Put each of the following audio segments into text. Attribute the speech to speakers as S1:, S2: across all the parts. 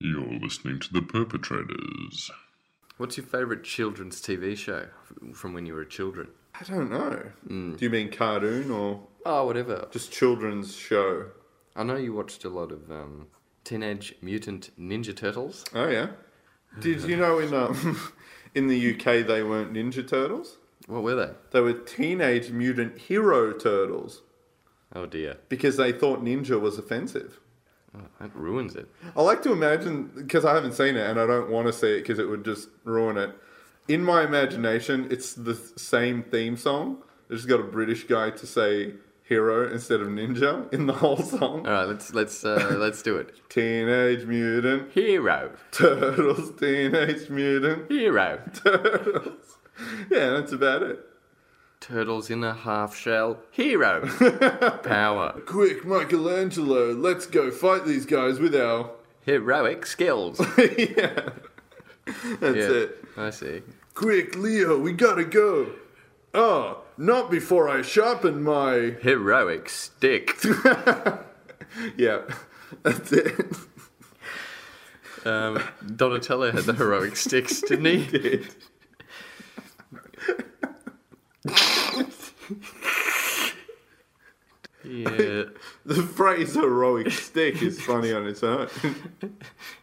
S1: You're listening to The Perpetrators.
S2: What's your favourite children's TV show f- from when you were children?
S3: I don't know. Do you mean cartoon or
S2: Oh, whatever.
S3: just children's show?
S2: I know you watched a lot of um, Teenage Mutant Ninja Turtles.
S3: Oh yeah. Did you know in um, in the UK they weren't Ninja Turtles?
S2: What were they?
S3: They were Teenage Mutant Hero Turtles
S2: Oh dear,
S3: because they thought ninja was offensive.
S2: oh, that ruins it.
S3: I like to imagine because I haven't seen it and I don't want to see it because it would just ruin it. In my imagination, it's the same theme song. They just got a British guy to say hero instead of ninja in the whole song.
S2: All right, let's let's uh, let's do it.
S3: Teenage Mutant
S2: Hero,
S3: Turtles, Teenage Mutant
S2: hero.
S3: Turtles. Yeah, that's about it.
S2: Turtles in a half shell. Hero. Power.
S3: Quick, Michelangelo, let's go fight these guys with our.
S2: Heroic skills. That's
S3: yeah, that's it.
S2: I see.
S3: Quick, Leo, we gotta go. Oh, not before I sharpen my.
S2: Heroic stick.
S3: Yeah, that's it.
S2: Um, Donatello had the heroic sticks, didn't he? Yeah.
S3: The phrase heroic stick is funny on its own.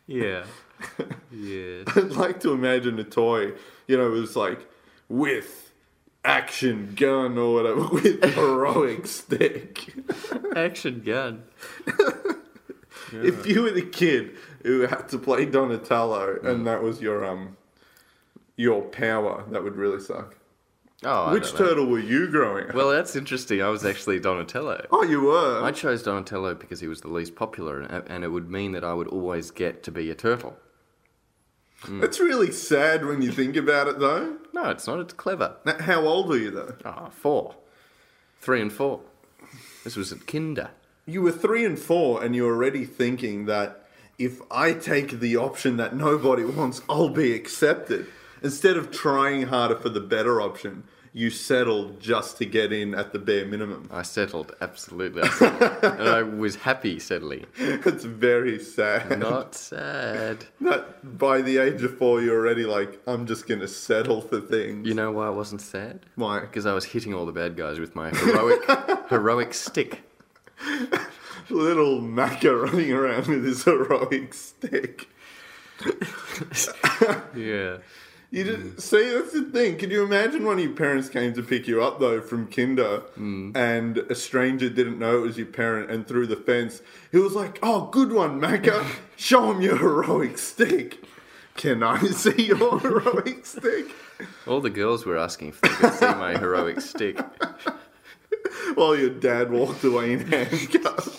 S2: Yeah. Yeah.
S3: I'd like to imagine a toy, you know, it was like with action gun or whatever, with heroic stick.
S2: Action gun.
S3: If you were the kid who had to play Donatello
S2: Mm.
S3: and that was your um your power, that would really suck.
S2: Oh, I
S3: Which
S2: don't know.
S3: turtle were you growing up?
S2: Well, that's interesting. I was actually Donatello.
S3: Oh, you were.
S2: I chose Donatello because he was the least popular, and and it would mean that I would always get to be a turtle.
S3: It's really sad when you think about it, though.
S2: No, it's not. It's clever.
S3: Now, How old were you, though?
S2: Ah, four. Three and four. This was at kinder.
S3: You were three and four, and you're already thinking that if I take the option that nobody wants, I'll be accepted. Instead of trying harder for the better option, you settled just to get in at the bare minimum.
S2: I settled, absolutely. I settled. and I was happy settling.
S3: It's very sad.
S2: Not sad.
S3: That by the age of four, you're already like, I'm just going to settle for things.
S2: You know why I wasn't sad?
S3: Why?
S2: Because I was hitting all the bad guys with my heroic heroic stick.
S3: Little Macca running around with his heroic stick.
S2: Yeah.
S3: You just see that's the thing. Could you imagine when your parents came to pick you up though from kinder, and a stranger didn't know it was your parent, and through the fence, he was like, "Oh, good one, Macca. Show him your heroic stick. Can I see your heroic stick?"
S2: All the girls were asking if they could see my heroic stick.
S3: While your dad walked away in handcuffs.